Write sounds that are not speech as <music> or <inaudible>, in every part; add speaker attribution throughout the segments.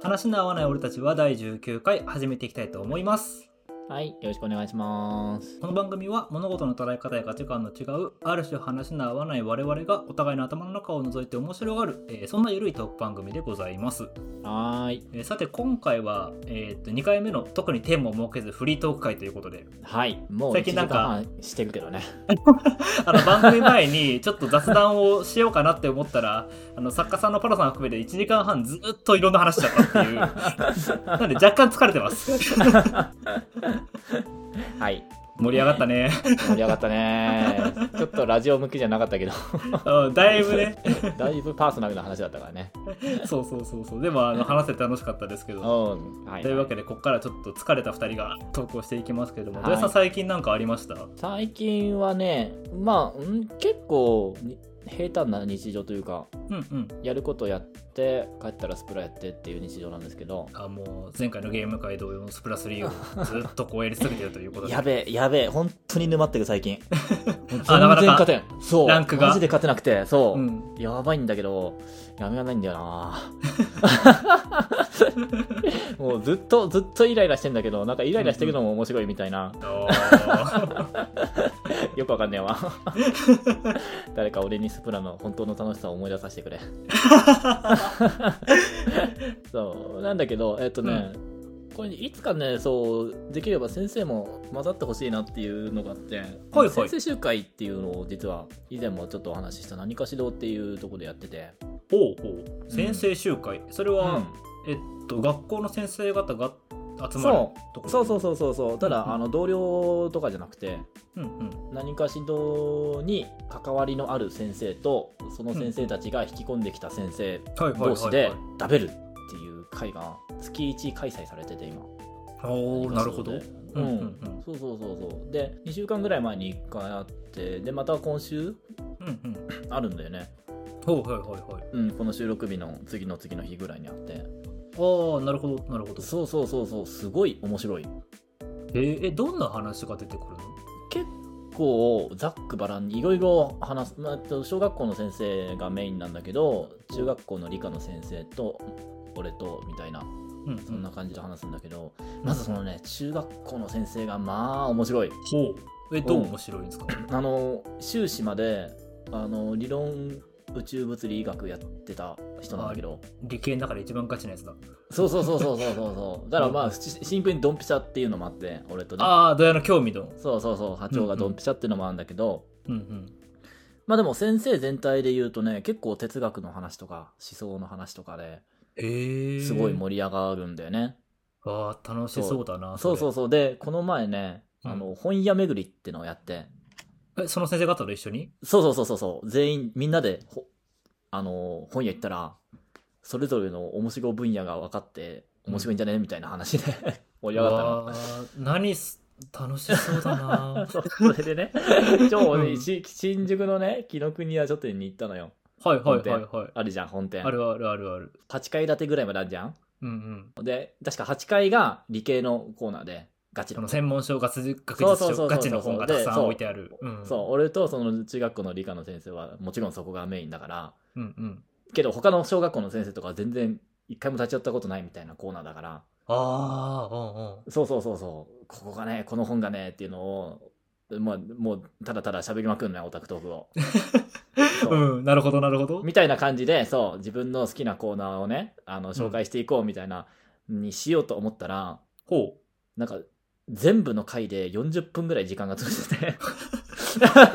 Speaker 1: 話の合わない俺たちは第19回始めていきたいと思います
Speaker 2: はい、よろしくお願いします。
Speaker 1: この番組は物事の捉え方や価値観の違うある種話の合わない我々がお互いの頭の中を覗いて面白がる、えーそんなゆるいトーク番組でございます、
Speaker 2: はーい、
Speaker 1: えーさて今回は、えーっと2回目の特にテーマを設けずフリートーク会ということで <laughs>
Speaker 2: はい、もう
Speaker 1: 最
Speaker 2: 一
Speaker 1: 近
Speaker 2: 時
Speaker 1: なん
Speaker 2: 間
Speaker 1: か
Speaker 2: 半してるけど
Speaker 1: <laughs>
Speaker 2: ね。
Speaker 1: あの番組前にちょっと雑談をしようかなって思ったらあの作家さんのパロさん含めて1時間半ずっといろんな話しちゃったっていう <laughs> なんで若干疲れてます
Speaker 2: はい、
Speaker 1: 盛り上がったね
Speaker 2: 盛り上がっ
Speaker 1: <laughs>
Speaker 2: たね。ちょっとラジオ向きじゃなかったけど、
Speaker 1: うんだいぶね
Speaker 2: <laughs> だいぶパーソナルな話だったからね。そ
Speaker 1: <laughs>
Speaker 2: う
Speaker 1: そうそうそうでもあの話せて楽しかったですけ
Speaker 2: う
Speaker 1: ど
Speaker 2: ん、はい。
Speaker 1: というわけでここからちょっと疲れた2人が投稿していきますけれども
Speaker 2: は
Speaker 1: 土
Speaker 2: い
Speaker 1: 井さん最近なんかありました
Speaker 2: 最近はね、まあ、うん結構に平坦な日常というか、
Speaker 1: うんうん
Speaker 2: やることやって、帰ったらスプラやってっていう日常なんですけど、
Speaker 1: あもう前回のゲーム会同様のスプラ3をずっとこうやりすぎてるということで
Speaker 2: やべえ、やべえ、本当に沼ってる最近。も
Speaker 1: <laughs>
Speaker 2: う全
Speaker 1: あなかなか
Speaker 2: 然勝てん。そう、
Speaker 1: ランクが
Speaker 2: マジで勝てなくて、そう。
Speaker 1: うん、
Speaker 2: やばいんだけど、やめがないんだよ
Speaker 1: <laughs>
Speaker 2: なもうずっと、ずっとイライラしてんだけど、なんかイライラしてるのも面白いみたいな、
Speaker 1: おー <laughs>
Speaker 2: よくわかんねえわ。誰か俺にスプラの本当の楽しさを思い出させ
Speaker 1: <laughs>
Speaker 2: てくれ。そう、なんだけど、えっとね、これいつかね、そう、できれば先生も混ざってほしいなっていうのがあって、
Speaker 1: はい
Speaker 2: 先生集会っていうのを実は以前もちょっとお話しした何かし堂っていうところでやってて、
Speaker 1: ほうほう先生集会、それは、
Speaker 2: うん
Speaker 1: えっと学校の先生方が集まる
Speaker 2: そ
Speaker 1: とこ
Speaker 2: う
Speaker 1: ろ
Speaker 2: そうそうそうそうそうただ、
Speaker 1: うんうん
Speaker 2: あの同僚とかじゃなくて
Speaker 1: うんうん
Speaker 2: 何かしらに関わりのある先生とその先生たちが引き込んできた先
Speaker 1: は
Speaker 2: 生
Speaker 1: いはいはいはい
Speaker 2: 同士で食べるっていう会が月1開催されてて今
Speaker 1: おーなるほど
Speaker 2: 何
Speaker 1: う
Speaker 2: かし
Speaker 1: んう
Speaker 2: らでう
Speaker 1: ん
Speaker 2: ん、
Speaker 1: うん
Speaker 2: そうそうそうそうで2週間ぐらい前に1回あってでまた今週
Speaker 1: うんうん
Speaker 2: あるんだよね、
Speaker 1: ほうはいはいはい
Speaker 2: うん、この収録日の次の次の日ぐらいにあって
Speaker 1: ああなるほどなるほど
Speaker 2: そうそうそうそうすごい面白い
Speaker 1: えーえどんな話が出てくるの
Speaker 2: 結構ざっくばらんにいろいろ話す、まあえっと、小学校の先生がメインなんだけど中学校の理科の先生と俺とみたいな
Speaker 1: うん
Speaker 2: そんな感じで話すんだけど、まずそのね中学校の先生がまあ面白い
Speaker 1: ほうえどう面白いんですか
Speaker 2: あの修士まであの理論宇宙物理学やってた人なんだけど
Speaker 1: 理系の中で一番ガチなやつだ
Speaker 2: そうそうそうそうそうそうそうだからまあしシンプルにドンピシャっていうのもあって俺とね
Speaker 1: ああどやの興味の
Speaker 2: そうそうそう波長がドンピシャっていうのもあるんだけど、
Speaker 1: うんうん
Speaker 2: まあでも先生全体で言うとね、結構哲学の話とか思想の話とかで、
Speaker 1: ええ
Speaker 2: すごい盛り上がるんだよね。
Speaker 1: あー楽しそうだな
Speaker 2: そうそう
Speaker 1: そ
Speaker 2: そう。で、この前ね、
Speaker 1: うん
Speaker 2: あの、本屋巡りってのをやって、
Speaker 1: れえその先生方と一緒に
Speaker 2: そうそうそうそうそう、全員、みんなで、ほあの、本屋行ったら、それぞれの面白い分野が分かって、面白いんじゃねみたいな話で <laughs> 盛り上がっ
Speaker 1: わー何す楽しそうだ
Speaker 2: た
Speaker 1: <laughs>
Speaker 2: の。
Speaker 1: な
Speaker 2: そうそれでね、超、
Speaker 1: うん
Speaker 2: し新宿のね、紀ノ国屋書店に行ったのよ。
Speaker 1: はいはいはいはい
Speaker 2: あるじゃん、本店。
Speaker 1: あるあるあるある
Speaker 2: 8階建てぐらいまであるじゃん
Speaker 1: うんうん
Speaker 2: で、確か8階が理系のコーナーで、ガチ
Speaker 1: そ
Speaker 2: の
Speaker 1: の。専門書学術学
Speaker 2: そう
Speaker 1: 術
Speaker 2: そ
Speaker 1: 書
Speaker 2: うそうそう
Speaker 1: ガチの本がたくさ
Speaker 2: で
Speaker 1: ん
Speaker 2: そう
Speaker 1: 置いてあるうん
Speaker 2: そう、俺とその中学校の理科の先生は、もちろんそこがメインだから、
Speaker 1: うんうん
Speaker 2: けど他の小学校の先生とかは全然一回も立ち寄ったことないみたいなコーナーだから、
Speaker 1: ああうんうん
Speaker 2: そうそうそうそう、ここがね、この本がねっていうのを、まあ、もうただただ喋りまくるのよ、オタクトー
Speaker 1: <laughs>
Speaker 2: クを。そう
Speaker 1: うん、なるほど、なるほど。
Speaker 2: みたいな感じで、そう、自分の好きなコーナーをね、あの、紹介していこうみたいな、にしようと思ったら、
Speaker 1: ほう。 <laughs>
Speaker 2: なんか、全部の回で40分ぐらい時間が潰してて。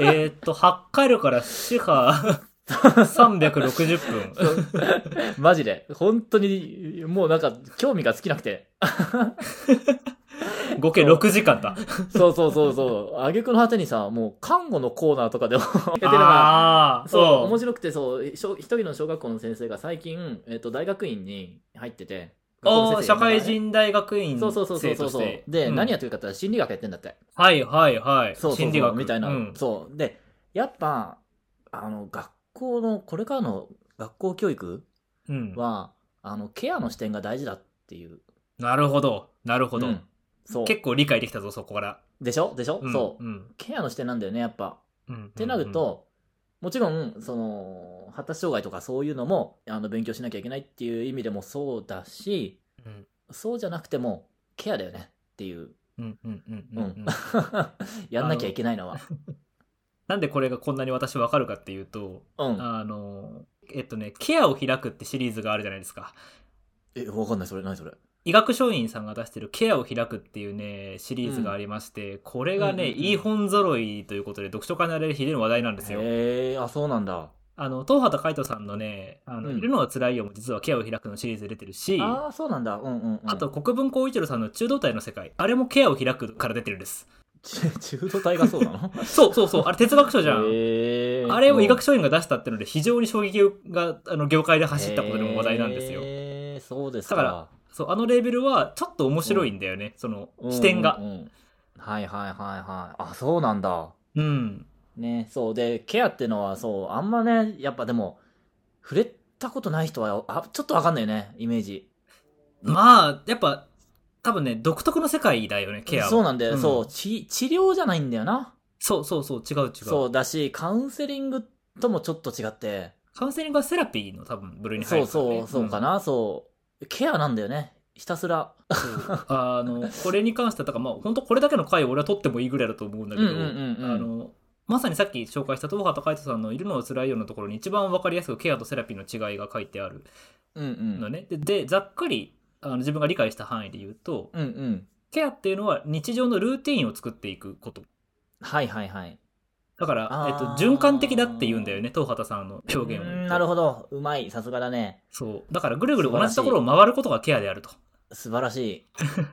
Speaker 1: えーっと、8回路から四波360分。
Speaker 2: <laughs> マジで。本当に、もうなんか、興味が尽きなくて。
Speaker 1: 合計6時間だ。
Speaker 2: そうそうそうそう。挙句の果てにさ、もう、看護のコーナーとかでもやってるのが、
Speaker 1: ああ、
Speaker 2: そう、
Speaker 1: そ
Speaker 2: 面
Speaker 1: う。
Speaker 2: 白くて、そう、小一人の小学校の先生が最近、えっ、と、大学院に入ってて。
Speaker 1: ああ、
Speaker 2: 学校
Speaker 1: 社
Speaker 2: の先
Speaker 1: 会
Speaker 2: 生がね
Speaker 1: 人大学院
Speaker 2: そうそうそうそ
Speaker 1: 生
Speaker 2: うそ
Speaker 1: と
Speaker 2: う
Speaker 1: し
Speaker 2: そう
Speaker 1: て。。
Speaker 2: で、
Speaker 1: うん
Speaker 2: 何やってるかって言ったら心理学やってんだって。
Speaker 1: はいはいはい。
Speaker 2: そうそ
Speaker 1: 心
Speaker 2: うそ
Speaker 1: 理
Speaker 2: う
Speaker 1: 学
Speaker 2: みたいな、
Speaker 1: うん
Speaker 2: そうでやっぱあの学校のこれからの学校教育
Speaker 1: うん
Speaker 2: は、あのケアの視点が大事だっていう
Speaker 1: なるほど、なるほど
Speaker 2: う。んそう
Speaker 1: 結構理解できたぞ、そこから。
Speaker 2: でしょでしょ、
Speaker 1: ん
Speaker 2: そう
Speaker 1: うん。
Speaker 2: ケアの視点なんだよねやっぱっ
Speaker 1: って
Speaker 2: なると、もちろんそのの発達障害とかそういうのもあの勉強しなきゃいけないっていう意味でもそうだし
Speaker 1: うん
Speaker 2: そうじゃなくてもケアだよねっていう、
Speaker 1: うんうんうん
Speaker 2: う
Speaker 1: うんんうん
Speaker 2: <laughs> やんなきゃいけないのは
Speaker 1: なんでこれがこんなに私わかるかっていうと、
Speaker 2: うん
Speaker 1: あの、えっとね、ケアを開くってシリーズがあるじゃないですか。
Speaker 2: えわかんないそれ何それ
Speaker 1: 医学書院さんが出してるケアを開くっていうね、シリーズがありまして、これがね、
Speaker 2: うんうんうん
Speaker 1: いい本揃いということで読書家になれる日での話題なんですよ。
Speaker 2: へえあそうなんだ
Speaker 1: あの、東畑海人さんのね、あの、
Speaker 2: うん
Speaker 1: いるのは辛いよも実はケアを開くのシリーズで出てるし、
Speaker 2: ああそうなんだうんうん、うん、
Speaker 1: あと国分光一郎さんの中道体の世界、あれもケアを開くから出てるんです。
Speaker 2: 中中途体がそうなの
Speaker 1: <laughs> そうそうそう、あれ哲学書じゃん。
Speaker 2: へー
Speaker 1: あれを医学書院が出したってので非常に衝撃があの業界で走ったことでも話題なんですよ。
Speaker 2: へーそうですか
Speaker 1: だからそうあのレーベルはちょっと面白いんだよね、その視点が
Speaker 2: う。んうんうんはいはいはいはいあそうなんだ
Speaker 1: うん。
Speaker 2: ねそうでケアってのはそうあんまねやっぱでも触れたことない人はあちょっとわかんないよねイメージ
Speaker 1: まあ、やっぱ多分ね、独特の世界だよね、ケアは。
Speaker 2: そうなんだよ、
Speaker 1: うん
Speaker 2: そうち治療じゃないんだよな
Speaker 1: そうそうそう、違う違う。
Speaker 2: そうだしカウンセリングともちょっと違って
Speaker 1: カウンセリングはセラピーの多分部類に入
Speaker 2: そ
Speaker 1: るから
Speaker 2: う
Speaker 1: ね、
Speaker 2: そうそうか
Speaker 1: ん
Speaker 2: な、そうケアなんだよねひたすら
Speaker 1: そうあの、これに関しては、だからまあ、本当これだけの回を俺は取ってもいいぐらいだと思うんだけど、
Speaker 2: うんうんうんうん
Speaker 1: あの、まさにさっき紹介した東畑海人さんのいるのは辛いよのところに一番わかりやすくケアとセラピーの違いが書いてある
Speaker 2: うんう
Speaker 1: の
Speaker 2: ん
Speaker 1: ね。で、でざっくりあの自分が理解した範囲で言うと、
Speaker 2: うんうん
Speaker 1: ケアっていうのは日常のルーティンを作っていくこと。
Speaker 2: はいはいはい
Speaker 1: だから、
Speaker 2: あ
Speaker 1: え
Speaker 2: ー
Speaker 1: っと、循環的だって言うんだよね、東畑さんの表現を言うと
Speaker 2: うんなるほどうまいさすがだね
Speaker 1: そう。だから、ぐるぐる
Speaker 2: 素
Speaker 1: 同
Speaker 2: 晴らしい
Speaker 1: じところを回ることがケアであると。
Speaker 2: 素晴ら
Speaker 1: <laughs>
Speaker 2: しい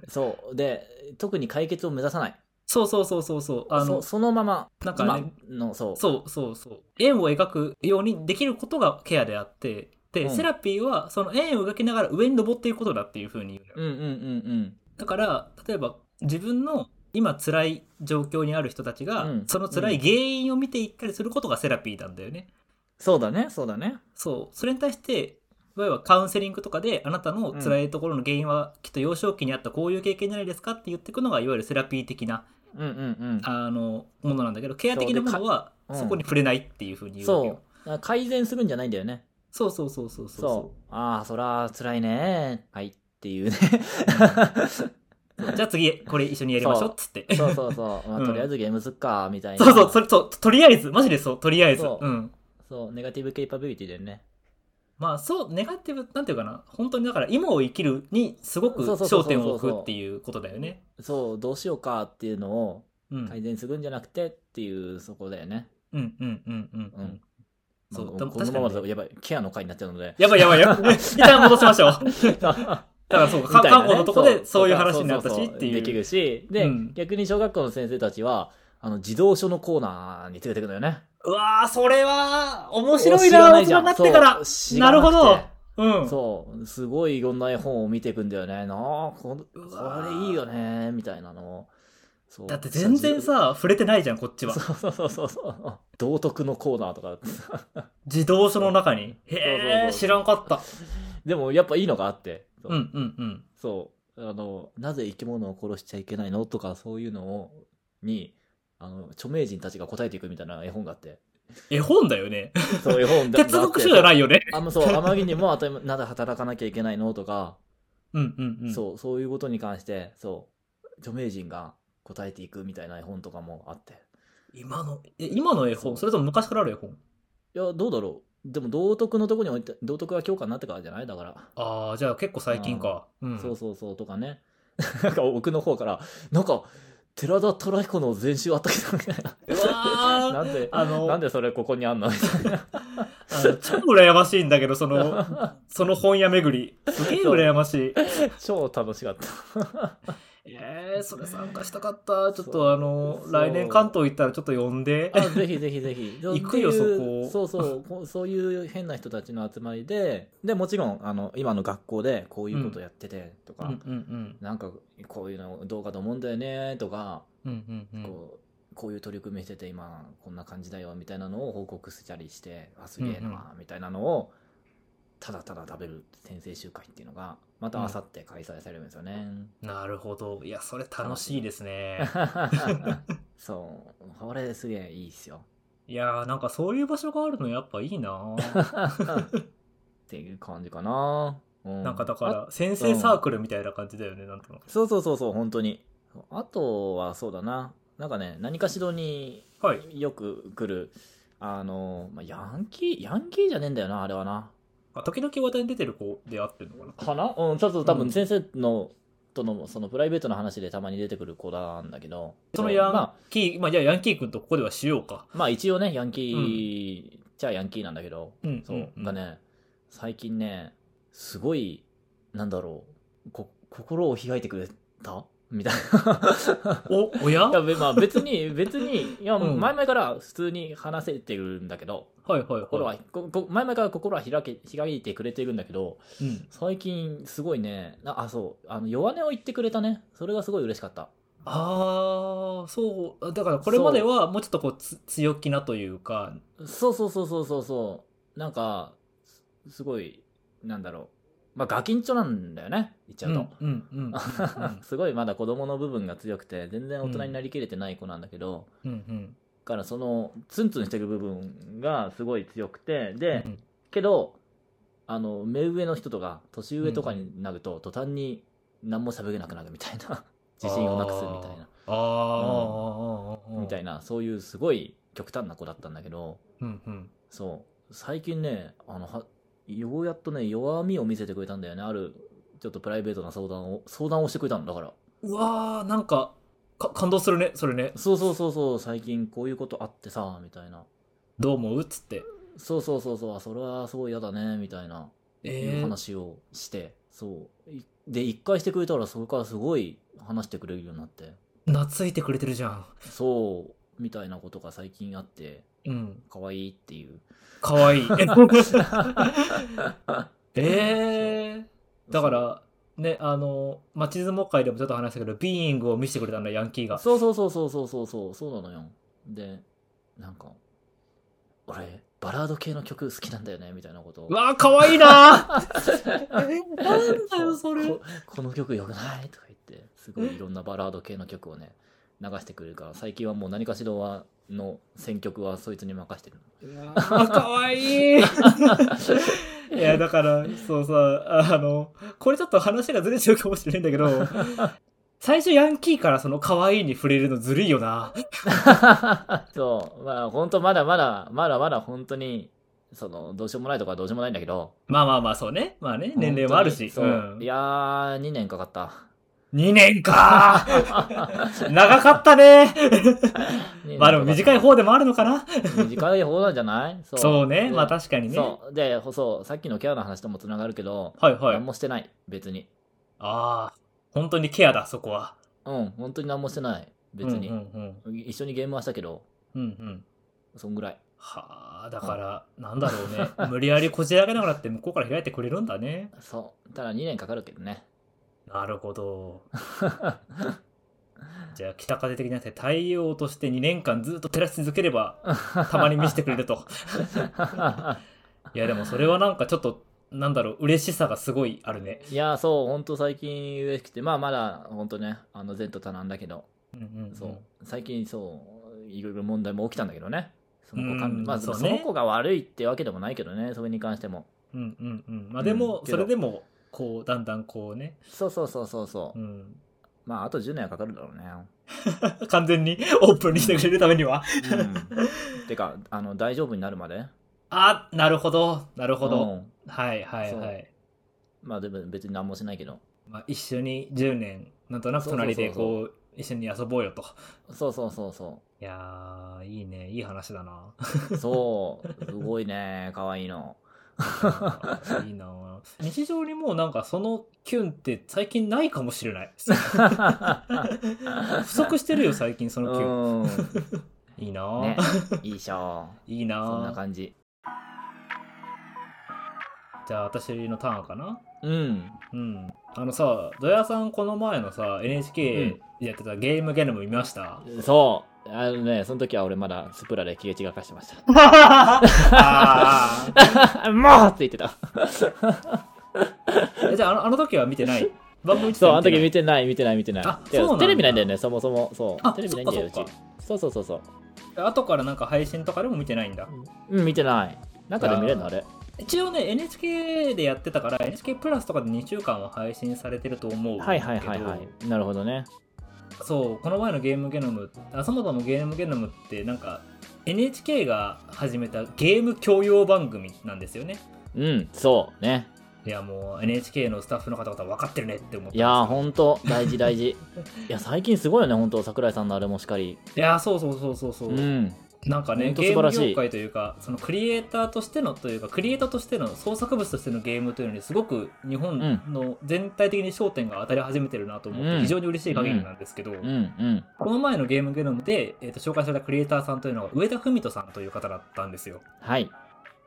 Speaker 2: そうで特に解決を目指さない
Speaker 1: そうそうそうそうそう。あの
Speaker 2: そ、そのまま
Speaker 1: なんかね、
Speaker 2: 今のそう
Speaker 1: そうそうそう。円を描くようにできることがケアであって、で、
Speaker 2: うん
Speaker 1: セラピーはその円を描きながら上に登っていくことだっていうふうに言うのよ。
Speaker 2: うんうんうん
Speaker 1: だから、例えば自分の今辛い状況にある人たちが、
Speaker 2: うん
Speaker 1: その辛い原因を見ていったりすることがセラピーなんだよね。
Speaker 2: そうだねそうだね
Speaker 1: そう。それに対して、いわゆるカウンセリングとかで、あなたの辛いところの原因は、きっと幼少期にあったこういう経験じゃないですかって言っていくのが、いわゆるセラピー的な、
Speaker 2: うんうん
Speaker 1: あの、ものなんだけど、ケア的なものは、
Speaker 2: そうでかうん
Speaker 1: そこに触れないっていうふう
Speaker 2: う
Speaker 1: に
Speaker 2: ん
Speaker 1: 言うわけよ
Speaker 2: そうだから改善するんじゃないんだよね
Speaker 1: そうそうそうそう
Speaker 2: そう
Speaker 1: そ
Speaker 2: ああそら辛いねはいっていうね
Speaker 1: うそう。じゃあ次、これ一緒にやりましょうっつって。
Speaker 2: <laughs> そうそうそう、まあ
Speaker 1: うん
Speaker 2: とりあえずゲームすっかみたいな
Speaker 1: そうそう、それ、そう、とりあえず、マジでそう、とりあえず。
Speaker 2: そう
Speaker 1: うん。
Speaker 2: そうネガティブケイパビリティだよね
Speaker 1: まあ、そう、ネガティブ、なんていうかな、本当にだから、今を生きるにすごく
Speaker 2: そうそうそう
Speaker 1: 焦
Speaker 2: そうそう
Speaker 1: 点を置くっていうことだよね。
Speaker 2: そうどうしようかっていうのを
Speaker 1: うん。
Speaker 2: 改善するんじゃなくてっていうそこだよね、
Speaker 1: うん、うん、うん、うん
Speaker 2: う
Speaker 1: うんん。
Speaker 2: ま
Speaker 1: そ
Speaker 2: あ
Speaker 1: う
Speaker 2: こ
Speaker 1: た
Speaker 2: このまま
Speaker 1: 確
Speaker 2: だ
Speaker 1: かに
Speaker 2: とやばいケアの回になっちゃうので
Speaker 1: やばいやばいや
Speaker 2: <laughs>
Speaker 1: ばい。一旦戻しましょう。だからそうか、
Speaker 2: みたいな
Speaker 1: 韓
Speaker 2: ね
Speaker 1: 国のとこでそういう話
Speaker 2: そう
Speaker 1: になったしって
Speaker 2: そうそうそうでき
Speaker 1: いう。
Speaker 2: るし、で、
Speaker 1: うん
Speaker 2: 逆に小学校の先生たちは、あの、児童書のコーナーに連れてくのよね。
Speaker 1: うわー、それは、面白い
Speaker 2: 知ら
Speaker 1: な、
Speaker 2: な
Speaker 1: 大
Speaker 2: いじゃ
Speaker 1: 人
Speaker 2: ん
Speaker 1: になってから。
Speaker 2: そう知らなくて
Speaker 1: なるほうん。
Speaker 2: そう、すごいいろんな絵本を見ていくんだよね。なあ、ここ
Speaker 1: うわ
Speaker 2: れいいよね、みたいなのを。そう
Speaker 1: だって全然、さ、触れてないじゃん、こっちは。
Speaker 2: そうそうそうそう。道徳のコーナーとか。
Speaker 1: 自動書の中に。
Speaker 2: そうそう
Speaker 1: へえ、
Speaker 2: そう
Speaker 1: 知らんかった。
Speaker 2: でもやっぱいいのがあって。そう
Speaker 1: うんうんうん。
Speaker 2: そうあのなぜ生き物を殺しちゃいけないのとかそういうのをにあの著名人たちが答えていくみたいな絵本があって
Speaker 1: 絵本だよね。
Speaker 2: そう絵
Speaker 1: <laughs>
Speaker 2: 本
Speaker 1: 哲学書じゃ
Speaker 2: い
Speaker 1: ないよね。
Speaker 2: あまそうあまりにもあたなぜ働かなきゃいけないのとか、
Speaker 1: うんうんうん。
Speaker 2: そうそういうことに関してそう著名人が答えていくみたいな絵本とかもあって
Speaker 1: 今の、え、今の絵本それとも昔からある絵本
Speaker 2: いやどうだろうでも道徳のとこに置いて道徳が教科になってからじゃないだから、
Speaker 1: ああ、じゃあ結構最近か。うん。
Speaker 2: そうそうそうとかね <laughs> なんか奥の方からなんか寺田虎彦の全集あったけどみたいな
Speaker 1: うわー
Speaker 2: <laughs> なんで、
Speaker 1: あの
Speaker 2: なんでそれここにあんのみ <laughs> たいな。
Speaker 1: あの超羨ましいんだけど、その、
Speaker 2: <laughs>
Speaker 1: その本屋巡り。すげえ羨ましい。
Speaker 2: 超楽しかった。
Speaker 1: えー、それ参加したかった。ちょっ
Speaker 2: そう
Speaker 1: とあの
Speaker 2: そ、う
Speaker 1: 来年関東行ったらちょっと呼んで。
Speaker 2: あぜひぜひぜ <laughs> ひ。
Speaker 1: 行くよ
Speaker 2: っていう
Speaker 1: そ
Speaker 2: そうそうこう。そういう変な人たちの集まりで、で、もちろん、あの、今の学校でこういうことやってて、と
Speaker 1: う
Speaker 2: か、
Speaker 1: んうんうん。
Speaker 2: なんか、こういうのどうかと思うんだよね、とか、
Speaker 1: うんうんうん。
Speaker 2: こう、こういう取り組みしてて今、こんな感じだよ、みたいなのを報告したりして、あ、すげえな、みたいなのを、ただただ食べる先生集会っていうのが、またあさって開催されるんですよね。
Speaker 1: なるほど。いや、
Speaker 2: <laughs>
Speaker 1: それ楽しいですね。 <laughs>
Speaker 2: そう、これすげえいいっすよ。
Speaker 1: いやーなんかそういう場所があるのやっぱいいな
Speaker 2: <laughs> っていう感じかな。う
Speaker 1: なんかだか
Speaker 2: あ
Speaker 1: ら先生サークルみたいな感じだよねなんとなく
Speaker 2: そうそうそうそう、本当に。あとはそうだな。なんかね、何かしらに
Speaker 1: はい
Speaker 2: よく来る、あの、まあ、ヤンキー、ヤンキーじゃねえんだよな、あれはな。
Speaker 1: あ時々話題に出てる子であってるのかな
Speaker 2: かなうん、ちょっと多
Speaker 1: う
Speaker 2: 分
Speaker 1: ん
Speaker 2: 先生の、との、そのプライベートの話でたまに出てくる子なんだけど。
Speaker 1: そのヤ
Speaker 2: ま
Speaker 1: ン
Speaker 2: あ、
Speaker 1: キー、まあ、じゃあヤンキー君とここではしようか。
Speaker 2: まあ一応ね、ヤンキー、じゃあヤンキーなんだけど、
Speaker 1: うん
Speaker 2: そう、
Speaker 1: うん
Speaker 2: がね、最近ね、すごい、なんだろう、こ、心を開いてくれたみたい
Speaker 1: <laughs>
Speaker 2: な。
Speaker 1: お、おや
Speaker 2: い
Speaker 1: は
Speaker 2: や、べまあ別に、別に、いや、
Speaker 1: うん
Speaker 2: 前々から普通に話せてるんだけど、
Speaker 1: いはい
Speaker 2: 心
Speaker 1: は
Speaker 2: は、ここ前々から心は開け、開いてくれてるんだけど、
Speaker 1: い。うん。
Speaker 2: 最近すごいね、なあ、そう、あの、弱音を言ってくれたね。それがすごい嬉しかった。
Speaker 1: ああ、そう。だからこれまではもうちょっとこうつ強気なというか、
Speaker 2: そうそうそうそうそうそう。なんか、すすごい、なんだろう。まあ、ガキンチョなんだよね、言っちゃうと。
Speaker 1: うんうんうんうん
Speaker 2: すごいまだ子供の部分が強くて、全然大人になりきれてない子なんだけど、
Speaker 1: うん
Speaker 2: <laughs>
Speaker 1: うん
Speaker 2: だからその、ツンツンしてる部分がすごい強くて、
Speaker 1: う
Speaker 2: で、
Speaker 1: ん
Speaker 2: けどあの目上の人とか年上とかになると、途端に何も喋れなくなるみたい
Speaker 1: <laughs>
Speaker 2: な自信をなくすみたいな
Speaker 1: あーあー、
Speaker 2: みた
Speaker 1: い
Speaker 2: いなそういうすごい極端な子だったんだけど
Speaker 1: な。うんうん。
Speaker 2: そう最近ねあのはようやっとね弱みを見せてくれたんだよねあるちょっとプライベートな相談を相談をしてくれたんだから
Speaker 1: うわー、なんか、か感動するね、それね。
Speaker 2: そうそうそうそう最近こういうことあってさみたいな
Speaker 1: どう思うっつって。
Speaker 2: そうそうそうそうあそれはすごい嫌だねみたいない
Speaker 1: え
Speaker 2: う
Speaker 1: ー、
Speaker 2: 話をして、そういで一回してくれたらそこからすごい話してくれるようになって
Speaker 1: 懐いてくれてるじゃん。
Speaker 2: そうみたいなことが最近あって
Speaker 1: うん。
Speaker 2: 可愛いっていう
Speaker 1: かわ
Speaker 2: <laughs>
Speaker 1: いい。えー。だから、ね、あの、町相撲界でもちょっと話したけど、ビーイングを見せてくれたんだ、ヤンキーが。
Speaker 2: そうそうそうそうそうそうそうそうなのよでなんか俺バラード系の曲好きなんだよねみたいなことを
Speaker 1: うわー、かわいいな
Speaker 2: <laughs> え
Speaker 1: なんだよそれ
Speaker 2: ここの曲よくないとか言ってすごいいろんなバラード系の曲をね流してくれるから最近はもう何かしらはの選曲はそいつに任してる
Speaker 1: ー。かわいいい <laughs> や、だから、そうさ、あの、これちょっと話がずれちゃうかもしれないんだけど、最初ヤンキーからその可愛いに触れるのずるいよな。
Speaker 2: <laughs> そう、まあ本当まだまだ、まだまだ本当に、その、どうしようもないとかどうしようもないんだけど。
Speaker 1: まあまあまあ、そうね。まあね、年齢もあるし。
Speaker 2: 本当にそうう、
Speaker 1: ん
Speaker 2: いやー、2年かかった。
Speaker 1: 2年か長かった <laughs> ねまあでも短い方でもあるのかな
Speaker 2: 短い方なんじゃないそ
Speaker 1: そうね。
Speaker 2: で
Speaker 1: まあ確かにね。は
Speaker 2: そう。で、そう、さっきのケアの話ともつながるけど、
Speaker 1: いはい
Speaker 2: 何。もしてない、別に。
Speaker 1: ああ、本当にケアだ、そこは。
Speaker 2: うん、本当に何もしてない、別に。
Speaker 1: うんうんうん。
Speaker 2: 一緒にゲームはしたけど、
Speaker 1: うんうん
Speaker 2: そんぐらい。
Speaker 1: はあ、だから、なんだろうね。 <laughs> 無理やりこじ上げながらって向こうから開いてくれるんだね。
Speaker 2: そう。ただ2年かかるけどね。
Speaker 1: なるほど。 <laughs> じゃあ、北風的なって太陽として2年間ずっと照らし続ければ、 <laughs> たまに見せてくれると。 <laughs> いや、でもそれはなんかちょっと、なんだろう、嬉しさがすごいあるね。
Speaker 2: <laughs> いやーそう、ほんと最近嬉しくて、まあまだ、ほんとね、あの、前途多難だけど、
Speaker 1: うんうんん
Speaker 2: そう、最近そう、いろいろ問題も起きたんだけどね。その子か
Speaker 1: うん
Speaker 2: ん、まあ、
Speaker 1: そう
Speaker 2: そ
Speaker 1: ね
Speaker 2: の子が悪いってわけでもないけどね、それに関しても。
Speaker 1: うんうんうん。まあでも
Speaker 2: う、んけ
Speaker 1: そ
Speaker 2: ど
Speaker 1: れでも、こう、だんだんこうね。
Speaker 2: そうそうそうそうそう。
Speaker 1: うん。 <laughs>
Speaker 2: まあ、あと10年はかかるだろうね。
Speaker 1: 完全に <laughs> オープンにしてくれるためには。 <laughs>
Speaker 2: うん。てか、あの、大丈夫になるまで。
Speaker 1: あ、なるほど、なるほ
Speaker 2: う
Speaker 1: ど。
Speaker 2: ん
Speaker 1: はいはい
Speaker 2: そ
Speaker 1: はい。
Speaker 2: まあ、でも別に何もしないけど。
Speaker 1: まあ、一緒に10年、なんとなく隣で
Speaker 2: そうそう
Speaker 1: こう、一緒に遊ぼうよと。
Speaker 2: そうそうそうそ
Speaker 1: いやー、いいね、いい話だ
Speaker 2: <laughs>
Speaker 1: な。
Speaker 2: う。そう、すごいね、可愛いの。
Speaker 1: いいな日常にもうなんかそのキュンって最近ないかもしれない。不足してるよ、最近そのキュン。
Speaker 2: <laughs> う。
Speaker 1: いいなんぁ、
Speaker 2: ね、いいでしょ。
Speaker 1: いいなぁ
Speaker 2: そんな感じ。
Speaker 1: じゃあ私のターンかな
Speaker 2: うん。
Speaker 1: うん。あのさ、土屋さんこの前のさ、NHK でやってたゲームゲノム見ました、
Speaker 2: そう。あのね、その時は俺まだスプラで気が散らかしてまし
Speaker 1: あ <laughs> ー
Speaker 2: <laughs> た。もうって言ってた。
Speaker 1: えじゃああの、あの時は見てない番組
Speaker 2: そう、あの時見
Speaker 1: て
Speaker 2: てない、見てない、見てない
Speaker 1: あ。
Speaker 2: てか
Speaker 1: そうなんだ
Speaker 2: テレビないんだよね、そもそも。そ
Speaker 1: あ
Speaker 2: う。テレビないんだよ、う
Speaker 1: そっ
Speaker 2: ち
Speaker 1: か。
Speaker 2: そうそうそうそう。
Speaker 1: ない後からなんか配信とかでも見てないんだ
Speaker 2: うん、見てない。中で見れるのあれ。
Speaker 1: 一応ね NHK でやってたから NHK プラスとかで2週間は配信されてると思う
Speaker 2: はいはいはいは
Speaker 1: けど
Speaker 2: い。なるほどね。
Speaker 1: そうこの前のゲームゲノムあそもそもゲームゲノムってなんか NHK が始めたゲーム教養番組なんですよね
Speaker 2: うん、そうね。
Speaker 1: いやもう NHK のスタッフの方々分かってるねって思って
Speaker 2: いやー、ほんと、大事大 <laughs> 事。いや、最近すごいよね、ほんと、桜井さんのあれもしかり。
Speaker 1: いやそうそうそうそうそう、
Speaker 2: うん。
Speaker 1: なんかね
Speaker 2: ほんと
Speaker 1: ゲー
Speaker 2: 素晴
Speaker 1: ム
Speaker 2: らしい
Speaker 1: 業界というかそのクリエイターとしてのというかクリエイターとしての創作物としてのゲームというのにすごく日本の全体的に焦点が当たり始めてるなと思って、
Speaker 2: うん
Speaker 1: 非常に嬉しい限りなんですけど、
Speaker 2: うん、うん。
Speaker 1: この前のゲームゲノムで、えー、と紹介されたクリエイターさんというのが上田文人さんという方だったんですよ
Speaker 2: はい。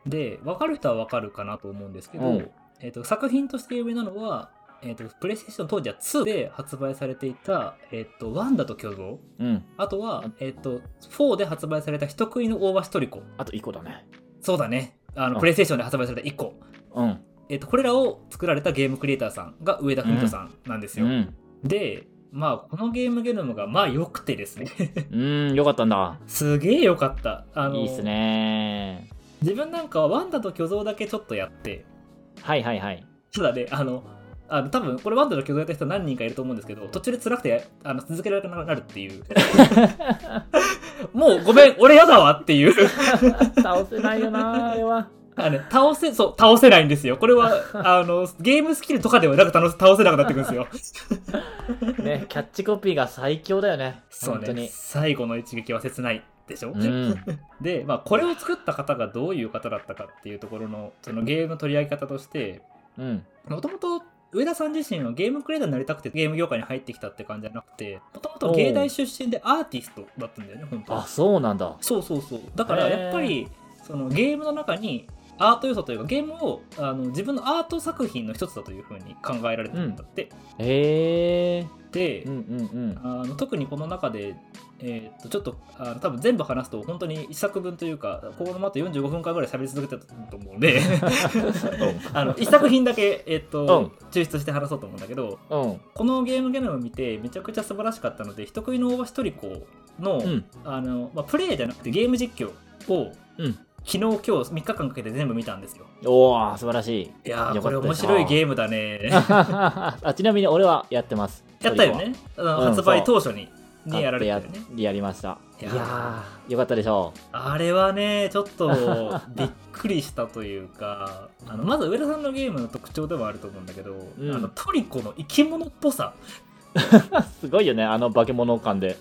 Speaker 1: で分かる人は分かるかなと思うんですけど、
Speaker 2: うん
Speaker 1: えー、と作品として有名なのは、えー、とプレイステーション当時は2で発売されていた「えー、とワンダと巨像」
Speaker 2: うん。
Speaker 1: あとは、えー、と4で発売された「人食いの大橋トリコ」
Speaker 2: あと1個だね。
Speaker 1: そうだね。あ
Speaker 2: うん
Speaker 1: の、プレイステーションで発売された1個。
Speaker 2: うん。
Speaker 1: えっと、これらを作られたゲームクリエイターさんが上田文人さんなんです
Speaker 2: う
Speaker 1: よ。
Speaker 2: ん。
Speaker 1: で、まあ、このゲームゲノムが、まあ、良くてですね。 <laughs>
Speaker 2: うん、よかったんだ。
Speaker 1: すげえ良かった。あの、
Speaker 2: いいっすね
Speaker 1: 自分なんかはワンダと巨像だけちょっとやって、
Speaker 2: はいはいはい。
Speaker 1: ただね、あの、あの多分これワンダと巨像やった人何人かいると思うんですけど途中で辛くてあの続けられなくなるっていう
Speaker 2: <laughs>
Speaker 1: もうごめん俺やだわっていう
Speaker 2: 倒せない
Speaker 1: <laughs>
Speaker 2: よなあれは。
Speaker 1: あの倒せ、そう、倒せないんですよ。これ
Speaker 2: <laughs>
Speaker 1: は、あの、ゲームスキルとかではなく倒せ倒せなくなってくるん
Speaker 2: <laughs>
Speaker 1: ですよ。
Speaker 2: ね、キャッチコピーが最強だよね。
Speaker 1: そう
Speaker 2: 本当
Speaker 1: ね
Speaker 2: に。。
Speaker 1: 最後の一撃は切ないでしょ、
Speaker 2: うん。
Speaker 1: で、まあ、これを作った方がどういう方だったかっていうところの、そのゲームの取り上げ方として、
Speaker 2: うん。
Speaker 1: もともと、上田さん自身はゲームクリエイターになりたくてゲーム業界に入ってきたって感じじゃなくて、もともと芸大出身でアーティストだったんだよね、本当は
Speaker 2: あ、そうなんだ。
Speaker 1: そうそうそうだから
Speaker 2: へー
Speaker 1: やっぱりそのゲームの中にアート要素というかゲームをあの自分のアート作品の一つだというふうに考えられてるんだって、
Speaker 2: へえ。
Speaker 1: で、
Speaker 2: うん
Speaker 1: <laughs>
Speaker 2: うん
Speaker 1: あの特にこの中で、えーっとちょっとあの多分全部話すと本当に一作分というかここのまた45分間ぐらい喋り続けてたと思うん
Speaker 2: <laughs>
Speaker 1: であの一作品だけ、えーっと抽出して話そうと思うんだけど
Speaker 2: うん。うん。
Speaker 1: このゲームゲノム見てめちゃくちゃ素晴らしかったので「人食いの大橋トリコの」
Speaker 2: うん。
Speaker 1: あのまあ、プレイじゃなくてゲーム実況を
Speaker 2: うん。
Speaker 1: 昨日今日3日間かけて全部見たんですよ
Speaker 2: おー、素晴らしい。 <laughs>
Speaker 1: いやー
Speaker 2: よ
Speaker 1: こ
Speaker 2: かっ
Speaker 1: れ
Speaker 2: た
Speaker 1: 面
Speaker 2: です
Speaker 1: 白いゲームだ
Speaker 2: <laughs>
Speaker 1: ね
Speaker 2: あちなみに俺はやってます。
Speaker 1: やったよねあの
Speaker 2: うん
Speaker 1: 発売当初に、
Speaker 2: トリコは。
Speaker 1: ねやられて
Speaker 2: 買
Speaker 1: る
Speaker 2: って
Speaker 1: ね
Speaker 2: ややりました。
Speaker 1: い
Speaker 2: い
Speaker 1: や
Speaker 2: や
Speaker 1: ー
Speaker 2: ー、よかったでしょ
Speaker 1: あれはねちょっ
Speaker 2: <laughs>
Speaker 1: とびっくりしたというかあのまず上田さんのゲームの特徴ではあると思うんだけど、
Speaker 2: うん
Speaker 1: あのトリコの生き物っぽさ
Speaker 2: う。すごいよね、あの化け物感で。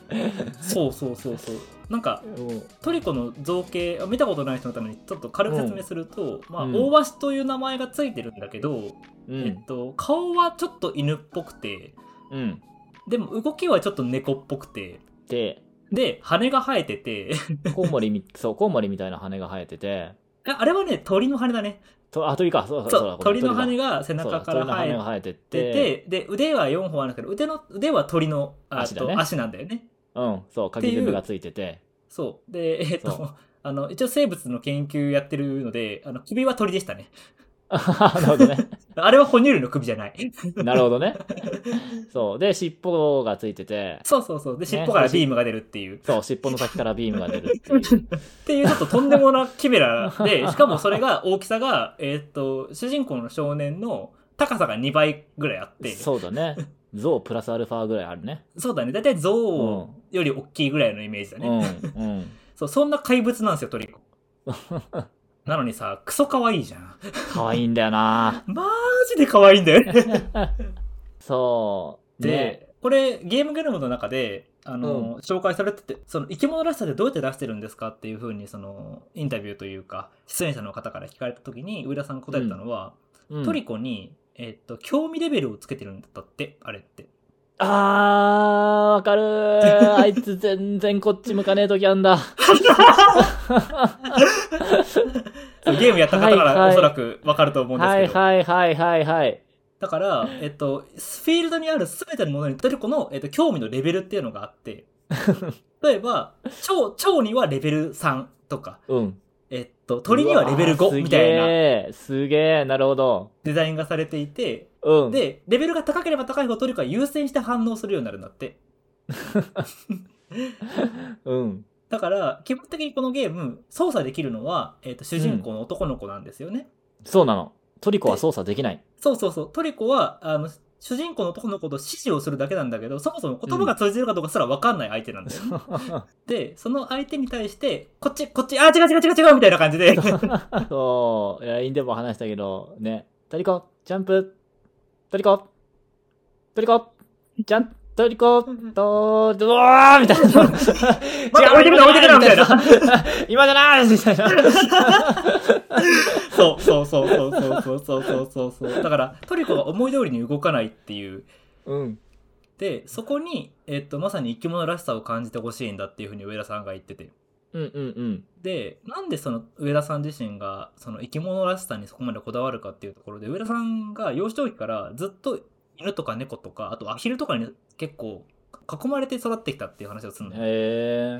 Speaker 1: そうそうそうそうなんか
Speaker 2: うん
Speaker 1: トリコの造形見たことない人のためにちょっと軽く説明すると、まあ、
Speaker 2: うん
Speaker 1: 大橋という名前がついてるんだけど、
Speaker 2: う
Speaker 1: え
Speaker 2: ん
Speaker 1: っ。と、顔はちょっと犬っぽくて
Speaker 2: うん。
Speaker 1: でも動きはちょっと猫っぽくて
Speaker 2: で、
Speaker 1: で羽が生えてて <laughs>
Speaker 2: コウモリみ、そう、コウモリみたいな羽が生えてて、
Speaker 1: ああれはね鳥の羽だね
Speaker 2: とあ、鳥か、そうそう
Speaker 1: そう
Speaker 2: そうだ。これ
Speaker 1: 鳥の羽
Speaker 2: だ
Speaker 1: が背中から
Speaker 2: そうだ鳥
Speaker 1: 生え
Speaker 2: の羽が生えてってて、
Speaker 1: てで腕は4本あるんだけど腕の腕は鳥のあ
Speaker 2: 足だね
Speaker 1: と足なんだよね
Speaker 2: うん、そう、鍵全部がついてて、 <laughs>
Speaker 1: そうでえっ
Speaker 2: そ
Speaker 1: と <laughs> あの一応生物の研究やってるのであの首は鳥でしたね
Speaker 2: あははなるほどね。
Speaker 1: あれは哺乳類の首じゃない <laughs>
Speaker 2: なるほどね。そう。で、尻尾がついてて、
Speaker 1: そうそうそうで尻尾
Speaker 2: ね
Speaker 1: からビームが出るっていう、
Speaker 2: そう、尻尾の先からビームが出るっていう。
Speaker 1: っていうちょっととんでもなキメラで、
Speaker 2: <laughs>
Speaker 1: しかもそれが大きさが、えーっと、主人公の少年の高さが2倍ぐらいあ <laughs> って、そ
Speaker 2: そうだね。象プラスアルファぐらいあるね。
Speaker 1: うだね、だいたい
Speaker 2: う
Speaker 1: 象
Speaker 2: ん。
Speaker 1: より大きいぐらいのイメージだ
Speaker 2: う
Speaker 1: ね。
Speaker 2: ん。うん。
Speaker 1: そうそんな怪物なんですよ、トリコ。 <laughs> なのにさ、クソ可愛いじゃん。
Speaker 2: かわいいんだよな
Speaker 1: マジで可愛いんだよね。
Speaker 2: そう。
Speaker 1: で、
Speaker 2: ね。
Speaker 1: これゲームゲノムの中で、あの、紹介されてて、その生き物らしさでどうやって出してるんですかっていう風に、その、インタビューというか、出演者の方から聞かれた時に、上田さんが答えたのは、
Speaker 2: うん
Speaker 1: トリコに、えっと、興味レベルをつけてるんだったって、あれ
Speaker 2: <laughs>
Speaker 1: って。
Speaker 2: あー、わかる
Speaker 1: <laughs>
Speaker 2: ー。あいつ全然こっち向かねえときあんだ。
Speaker 1: そうゲームやった方な
Speaker 2: はいは
Speaker 1: ら
Speaker 2: い
Speaker 1: おそらくわかると思うんですけど。
Speaker 2: はいはいはいはいはい。
Speaker 1: だから、えっと、フィールドにある全てのものにトリコの、えっと、興味のレベルっていうのがあって、例えば、蝶、蝶にはレベル3とか、
Speaker 2: うん。
Speaker 1: えっト。鳥にはレベル5みたいな
Speaker 2: な。すげえ、なるほど。
Speaker 1: デザインがされていて、
Speaker 2: うん。
Speaker 1: で、レベルが高ければ高いほど鳥が優先して反応するようになるんだって。
Speaker 2: うん。
Speaker 1: だから、基本的にこのゲーム、操作できるのは、えっ、と、主人公の男の子なんですよね。
Speaker 2: そうなの。トリコは操作できない。
Speaker 1: そうそうそう。トリコは、あの、主人公の男の子と指示をするだけなんだけど、そもそも言葉が通じるかどうかすら分かんない相手なんだよね、で、その相手に対して、こっち、こっち、あ、違う違う違う違うみたいな感じで、
Speaker 2: <laughs> そう、LINE でも話したけど、ね、トリコ、ジャンプ、トリコ、トリコ、ジャンプ、トリコ、と、うわーみたいな。
Speaker 1: <laughs> だ置いてくな置いてくなみたいな
Speaker 2: な。 <laughs> 今じゃないみたいな。
Speaker 1: そうそうそうそうそうそうそうそうそうそう。だから、トリコが思い通りに動かないっていう。
Speaker 2: うん。
Speaker 1: で、そこに、えっと、まさに生き物らしさを感じてほしいんだっていうふうに上田さんが言ってて。
Speaker 2: うんうんうん。
Speaker 1: で、なんでその上田さん自身が、その生き物らしさにそこまでこだわるかっていうところで、上田さんが幼少期からずっと犬とか猫とか、あとアヒルとかに結構囲まれて育ってきたっていう話をするのよ。
Speaker 2: へ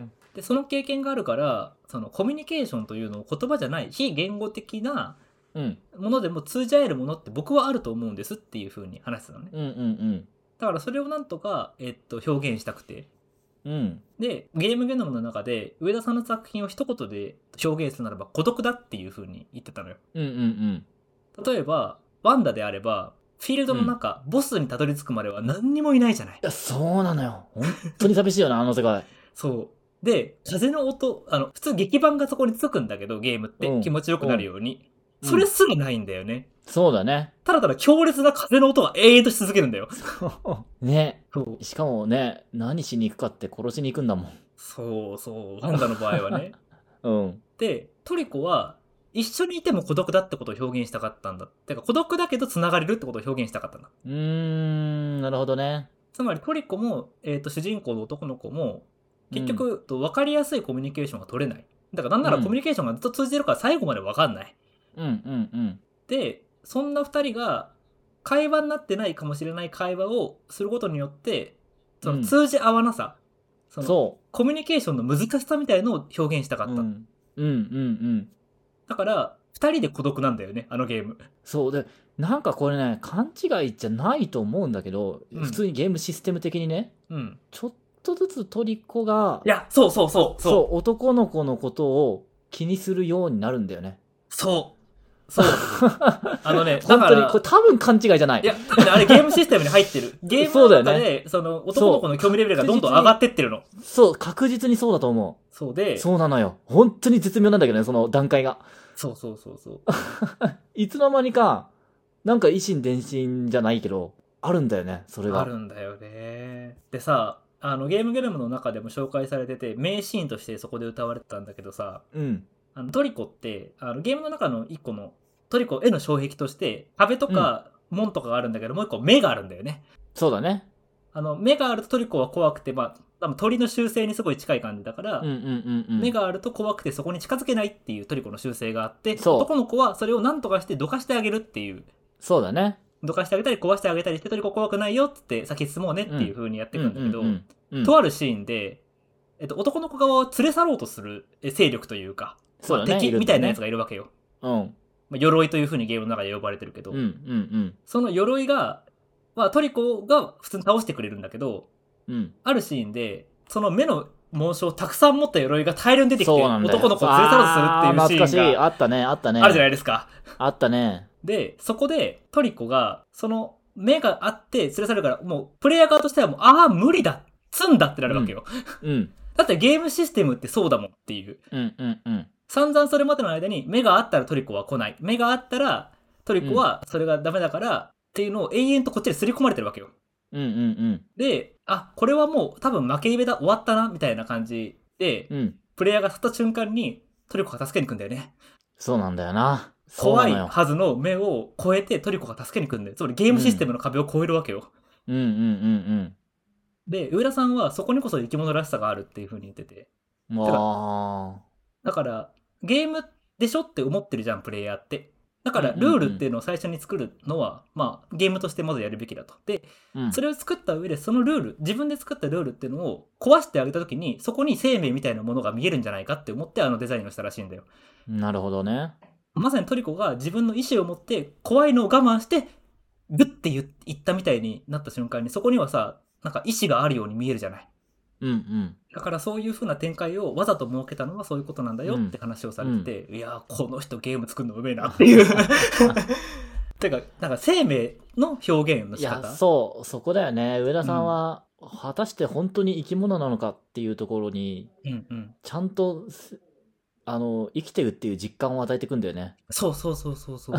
Speaker 2: え。
Speaker 1: でその経験があるからそのコミュニケーションというのを言葉じゃない非言語的な
Speaker 2: うん。
Speaker 1: ものでも通じ合えるものって僕はあると思うんですっていう風に話してたのね
Speaker 2: うんうん
Speaker 1: だからそれをなんとか、えっと、表現したくて
Speaker 2: うん。うん。
Speaker 1: でゲームゲノムの中で上田さんの作品を一言で表現するならば孤独だっていう風に言ってたのよ
Speaker 2: うんうん
Speaker 1: 例えばワンダであればフィールドの中、ボスにたどり着くまでは何にもいないじゃない
Speaker 2: うん。そうなのよ。本当に寂しい <laughs> よな、あの世界。
Speaker 1: そうで風の音あの普通劇版がそこにつくんだけどゲームって、
Speaker 2: うん
Speaker 1: 気持ちよくなるように、
Speaker 2: うん
Speaker 1: それすらないんだよね。
Speaker 2: そうだね。
Speaker 1: ただただ強烈な風の音が永遠とし続けるんだよ。
Speaker 2: ね。
Speaker 1: そう。
Speaker 2: しかもね、何しに行くかって殺しに行くんだもん。
Speaker 1: そうそう。ワンダの場合は
Speaker 2: <laughs>
Speaker 1: ね。
Speaker 2: うん。
Speaker 1: で、トリコは、一緒にいても孤独だってことを表現したかったんだ。てか、孤独だけど繋がれるってことを表現したかったんだ。
Speaker 2: うーん、なるほどね。
Speaker 1: つまり、トリコも、えっ、と、主人公の男の子も、結局、と分かりやすいコミュニケーションが取れない。だから、なんなら
Speaker 2: うん
Speaker 1: コミュニケーションがずっと通じてるから最後まで分かんない。
Speaker 2: うんうんうん。
Speaker 1: で、そんな二人が、会話になってないかもしれない会話をすることによって、その通じ合わなさ、その
Speaker 2: そ
Speaker 1: コミュニケーションの難しさみたいのを表現したか
Speaker 2: う。
Speaker 1: っ
Speaker 2: う
Speaker 1: た。
Speaker 2: んうんうん。
Speaker 1: だから、二人で孤独なんだよね、あのゲーム。
Speaker 2: そうで、なんかこれね、勘違いじゃないと思うんだけど、
Speaker 1: うん
Speaker 2: 普通にゲームシステム的にね、
Speaker 1: うん。
Speaker 2: ちょっとずつトリコが
Speaker 1: い、や、そうそうそう、
Speaker 2: そ、
Speaker 1: そう
Speaker 2: 男の子のことを気にするようになるんだ
Speaker 1: <laughs>
Speaker 2: よね。
Speaker 1: う、そう、そう。あのね、だ
Speaker 2: <laughs> 本
Speaker 1: か
Speaker 2: 当に、
Speaker 1: ら
Speaker 2: これ、多分勘違いじゃない。
Speaker 1: いや、多分ねあれゲームシステムに入ってる。ゲームの
Speaker 2: <laughs> そうだ
Speaker 1: 中
Speaker 2: よ
Speaker 1: で、そ,、の、男の子の興味レベルがどんどん上がってってるの。
Speaker 2: そう、確実にそうだと思
Speaker 1: そう
Speaker 2: う。
Speaker 1: で、そう
Speaker 2: そうなのよ。本当に絶妙なんだけどね、その段階が。
Speaker 1: そうそうそう。
Speaker 2: いつの間にか、なんか維心伝心じゃないけど、あるんだよね、それが。
Speaker 1: あるんだよね。でさ、あの、ゲームゲームの中でも紹介されてて、名シーンとしてそこで歌われてたんだけどさ、
Speaker 2: うん。
Speaker 1: あのトリコってあのゲームの中の一個のトリコへの障壁として壁とか門とかがあるんだけど、もう一個目があるんだよね
Speaker 2: そうだね。
Speaker 1: あの目があるとトリコは怖くて、まあ、多分鳥の習性にすごい近い感じだから、
Speaker 2: うんうんうんうん。
Speaker 1: 目があると怖くてそこに近づけないっていうトリコの習性があって
Speaker 2: そう
Speaker 1: 男の子はそれを何とかしてどかしてあげるっていう
Speaker 2: そうだね。
Speaker 1: どかしてあげたり壊してあげたりしてトリコ怖くないよっつって先進もうねっていう風にやっていくんだけど、
Speaker 2: うんうんうんうん
Speaker 1: とあるシーンで、えっと、男の子側を連れ去ろうとするえ勢力というか
Speaker 2: そうだね
Speaker 1: 敵みたいなやつ
Speaker 2: が。
Speaker 1: がいるわけよ。
Speaker 2: うん。
Speaker 1: まあ、鎧というふうにゲームの中で呼ばれてるけど、
Speaker 2: うんうん
Speaker 1: その鎧が、まあ、トリコが普通に倒してくれるんだけど
Speaker 2: うん。うん。
Speaker 1: あるシーンでその目の紋章をたくさん持った鎧が大量に出てきて
Speaker 2: そうなんだよ
Speaker 1: 男の子を連れ去ろうとするってい
Speaker 2: あー懐か
Speaker 1: うシ
Speaker 2: し
Speaker 1: ーン
Speaker 2: い。
Speaker 1: が
Speaker 2: あったね、あったね。
Speaker 1: あるじゃない
Speaker 2: い
Speaker 1: ですか。
Speaker 2: あったね。
Speaker 1: でそこでトリコがその目があって連れ去るからもうプレイヤー側としてはもうああ無理だ詰んだってなるわけよ、
Speaker 2: うん。
Speaker 1: だってゲームシステムってそうだもんっていう
Speaker 2: うんうんうん。
Speaker 1: 散々それまでの間に目があったらトリコは来ない目があったらトリコはそれがダメだから、っていうのを永遠とこっちに刷り込まれてるわけよ
Speaker 2: うんうん
Speaker 1: であこれはもう多分負けイベだ終わったなみたいな感じで、
Speaker 2: うん。うん。
Speaker 1: プレイヤーが去った瞬間にトリコが助けに来るんだよね
Speaker 2: そうなんだよな。そうな
Speaker 1: 怖い
Speaker 2: のよ。
Speaker 1: はずの目を越えてトリコが助けに来るんだよつまりゲームシステムの壁を越えるわけよ、
Speaker 2: うんうんうん
Speaker 1: で上田さんはそこにこそ生き物らしさがあるっていうふうに言ってて
Speaker 2: うん。わ
Speaker 1: だからゲームでしょって思ってるじゃんプレイヤーってだから、
Speaker 2: うんうんう
Speaker 1: ル
Speaker 2: ん
Speaker 1: ールっていうのを最初に作るのは、まあ、ゲームとしてまずやるべきだと。で、
Speaker 2: うん
Speaker 1: それを作った上で、そのルール、自分で作ったルールっていうのを壊してあげたときに、そこに生命みたいなものが見えるんじゃないかって思って、あのデザインをしたらしいんだよ。
Speaker 2: なるほどね。
Speaker 1: まさにトリコが自分の意思を持って、怖いのを我慢して、グッて言っ言ったみたいになった瞬間に、そこにはさ、なんか意思があるように見えるじゃない。
Speaker 2: うんうん。
Speaker 1: だからそういう風な展開をわざと設けたのはそういうことなんだよって話をされてて、いやーこの人ゲーム作るのうめえなって
Speaker 2: <laughs>
Speaker 1: いう。てか、なんか生命の表現の
Speaker 2: い
Speaker 1: 仕
Speaker 2: や、
Speaker 1: 方。
Speaker 2: そう、そこだよね。上田さんは、果たして本当に生き物なのかっていうところに、
Speaker 1: うんうん。
Speaker 2: ちゃんとす、あの、生きてるっていう実感を与えてくんだよね。
Speaker 1: そうそうそうそう
Speaker 2: <laughs>
Speaker 1: そう。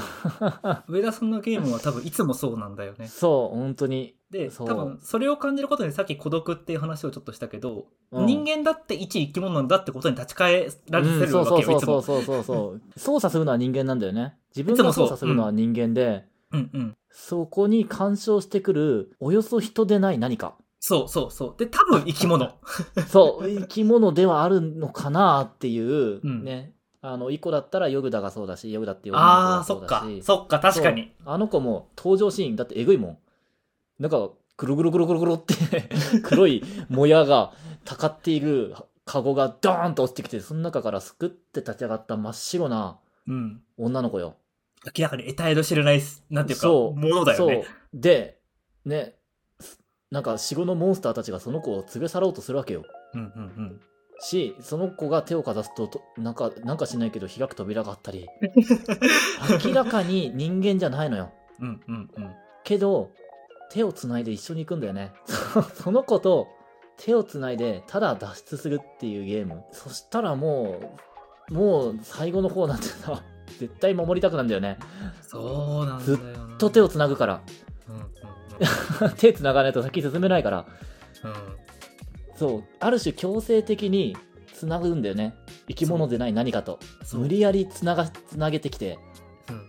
Speaker 1: 上田さんのゲームは多分いつもそうなんだよね。
Speaker 2: そう、本当に。
Speaker 1: で、
Speaker 2: そ
Speaker 1: 多
Speaker 2: う
Speaker 1: 分それを感じることにさっき孤独っていう話をちょっとしたけど、
Speaker 2: うん
Speaker 1: 人間だって一生き物なんだってことに立ち返られてるわけよ、
Speaker 2: うん
Speaker 1: いつ
Speaker 2: そう
Speaker 1: も。
Speaker 2: そうそ
Speaker 1: <laughs>
Speaker 2: うそうそうそう。操作するのは人間なんだよね。自分
Speaker 1: いつ
Speaker 2: が
Speaker 1: もそう
Speaker 2: 操作するのは人間で、
Speaker 1: うんうん。
Speaker 2: そこに干渉してくる、およそ人でない何か。
Speaker 1: そうそうそう。で、多分生き物。
Speaker 2: そう、生き物ではあるのかなっていう、
Speaker 1: うん
Speaker 2: ね。あの、イコだったらヨグダがそうだし、ヨグダっていう女の子
Speaker 1: あ
Speaker 2: が
Speaker 1: あ、そ
Speaker 2: そ
Speaker 1: っ
Speaker 2: う
Speaker 1: か
Speaker 2: だ。し。
Speaker 1: そっか、確かに。
Speaker 2: そう。あの子も登場シーン、だってえぐいもん。なんか、くるくるくるくるくるって、
Speaker 1: <laughs>
Speaker 2: 黒いもやがたかっているカゴがドーンと落ちてきて、その中からすくって立ち上がった真っ白な
Speaker 1: うん。
Speaker 2: 女の子よ。
Speaker 1: 明らかに得体の知れないす、なんていうか、
Speaker 2: そ
Speaker 1: も
Speaker 2: う
Speaker 1: のだよね。
Speaker 2: そう。で、ね、なんか死後のモンスターたちがその子を連れ去ろうとするわけよ。
Speaker 1: うんうん
Speaker 2: し、その子が手をかざすと、となんか、なんかしないけど開く扉があったり、
Speaker 1: <laughs>
Speaker 2: 明らかに人間じゃないのよ。
Speaker 1: うん。うんうんうん。
Speaker 2: けど、手をつないで一緒に行くんだよね。 <laughs> そその子と手をつないで、ただ脱出するっていうゲーム。そしたらもう、もう最後の方なんてさ、絶対守りたくなんだよね。
Speaker 1: そうなんだよな。ずっ
Speaker 2: と手をつなぐから。 <laughs>
Speaker 1: うんうんうん。
Speaker 2: 手つながないと先進めないから。
Speaker 1: うん
Speaker 2: そう、ある種強制的につなぐんだよね。生き物でない何かと。
Speaker 1: そう
Speaker 2: 無理やりつなが、つなげてきて、
Speaker 1: うんう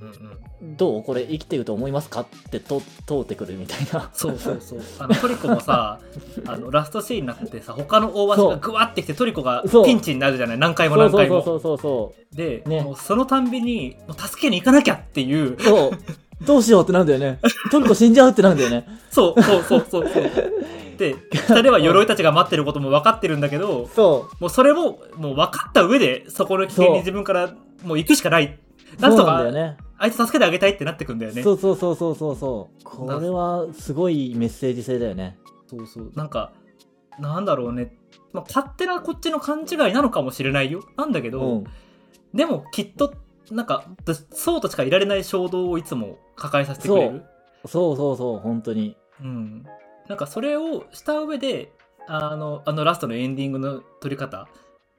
Speaker 1: んうん。
Speaker 2: どうこれ生きてると思いますかってと通ってくるみたいな。
Speaker 1: そうそうそう。あの、トリコもさ、あの、ラストシーンになってさ、他の大橋がグワってきて、トリコが
Speaker 2: そう
Speaker 1: ピンチになるじゃない、何回も
Speaker 2: <laughs> そう
Speaker 1: 何
Speaker 2: そう
Speaker 1: 回
Speaker 2: そう
Speaker 1: も。
Speaker 2: そうそうそう。
Speaker 1: で、
Speaker 2: ね
Speaker 1: もうそのたんびに、もう助けに行かなきゃっていう、
Speaker 2: そう。どうしようってなんだよね。トルコ死んじゃうってなんだよね。
Speaker 1: そうそうそうそう
Speaker 2: <laughs>
Speaker 1: そう。で、二人は鎧たちが待ってることも分かってるんだけど、
Speaker 2: そう。
Speaker 1: もうそれも、もう分かった上で、そこの危険に自分からもう行くしかない。なん
Speaker 2: そう
Speaker 1: と
Speaker 2: なんだよ
Speaker 1: か、
Speaker 2: ね。
Speaker 1: あいつ助けてあげたいってなってくんだよね。
Speaker 2: そうそうそうそうそうそう。これはすごいメッセージ性だよね。
Speaker 1: そうそう。なんか、なんだろうね。まあ、勝手なこっちの勘違いなのかもしれないよ。なんだけ
Speaker 2: う
Speaker 1: ど、
Speaker 2: ん。
Speaker 1: でもきっと、なんか、そうとしかいられない衝動をいつも抱えさせてくれる。
Speaker 2: そうそうそう、本当に。
Speaker 1: うん。なんかそれをした上で、あの、あのラストのエンディングの撮り方、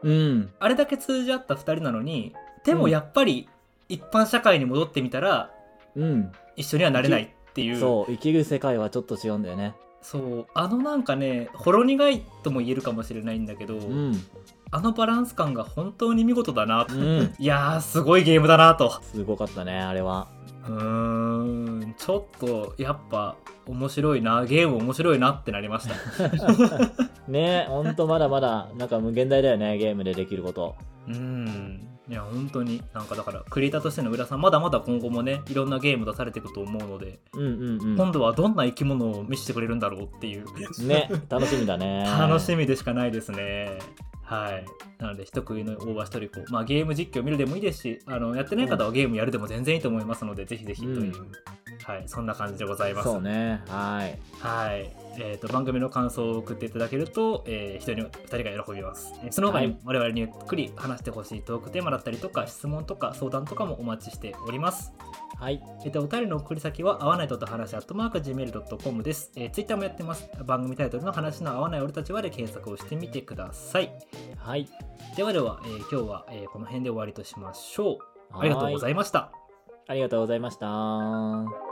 Speaker 2: うん。
Speaker 1: あれだけ通じ合った2人なのにでもやっぱり一般社会に戻ってみたら
Speaker 2: うん。
Speaker 1: 一緒にはなれないっていうそう
Speaker 2: そう、生きる世界はちょっと違うんだよね。
Speaker 1: あのなんかねほろ苦いとも言えるかもしれないんだけど、
Speaker 2: うん。
Speaker 1: あのバランス感が本当に見事だな、
Speaker 2: うん。
Speaker 1: いやーすごいゲームだなと
Speaker 2: すごかったね、あれは。
Speaker 1: うーんちょっとやっぱ面白いなゲーム面白いなってなりました
Speaker 2: ねほんとまだまだ、なんか無限大だよね、ゲームでできること。
Speaker 1: うんいや本当になんかだからクリエイターとしての浦さんまだまだ今後もねいろんなゲーム出されていくと思うので
Speaker 2: うんうんう
Speaker 1: 今度はどんな生き物を見せてくれるんだろうっていう、
Speaker 2: ん。ね、楽しみだね。
Speaker 1: 楽しみでしかないですね。はい。なので、一食いの大橋トリコ、まあ、ゲーム実況見るでもいいですし、あのやってない方はゲームやるでも全然いいと思いますので、ぜひぜひという、
Speaker 2: うん
Speaker 1: はい、そんな感じでございます。
Speaker 2: そうね、はい。
Speaker 1: はい。えっ、と、番組の感想を送っていただけると、えー一人に、二人が喜びます。えーその他
Speaker 2: は
Speaker 1: に
Speaker 2: い、
Speaker 1: 我々にゆっくり話してほしいトークテーマだったりとか、質問とか、相談とかもお待ちしております。
Speaker 2: はい。
Speaker 1: えっと、お便りの送り先は、合わないとと話、アットマーク Gmail.com です。えー、ツイッターもやってます。番組タイトルの話の合わない俺たちはで検索をしてみてください。
Speaker 2: はい。
Speaker 1: ではでは、えー今日は、えーこの辺で終わりとしましょう。ありがとうございました。
Speaker 2: ありがとうございました。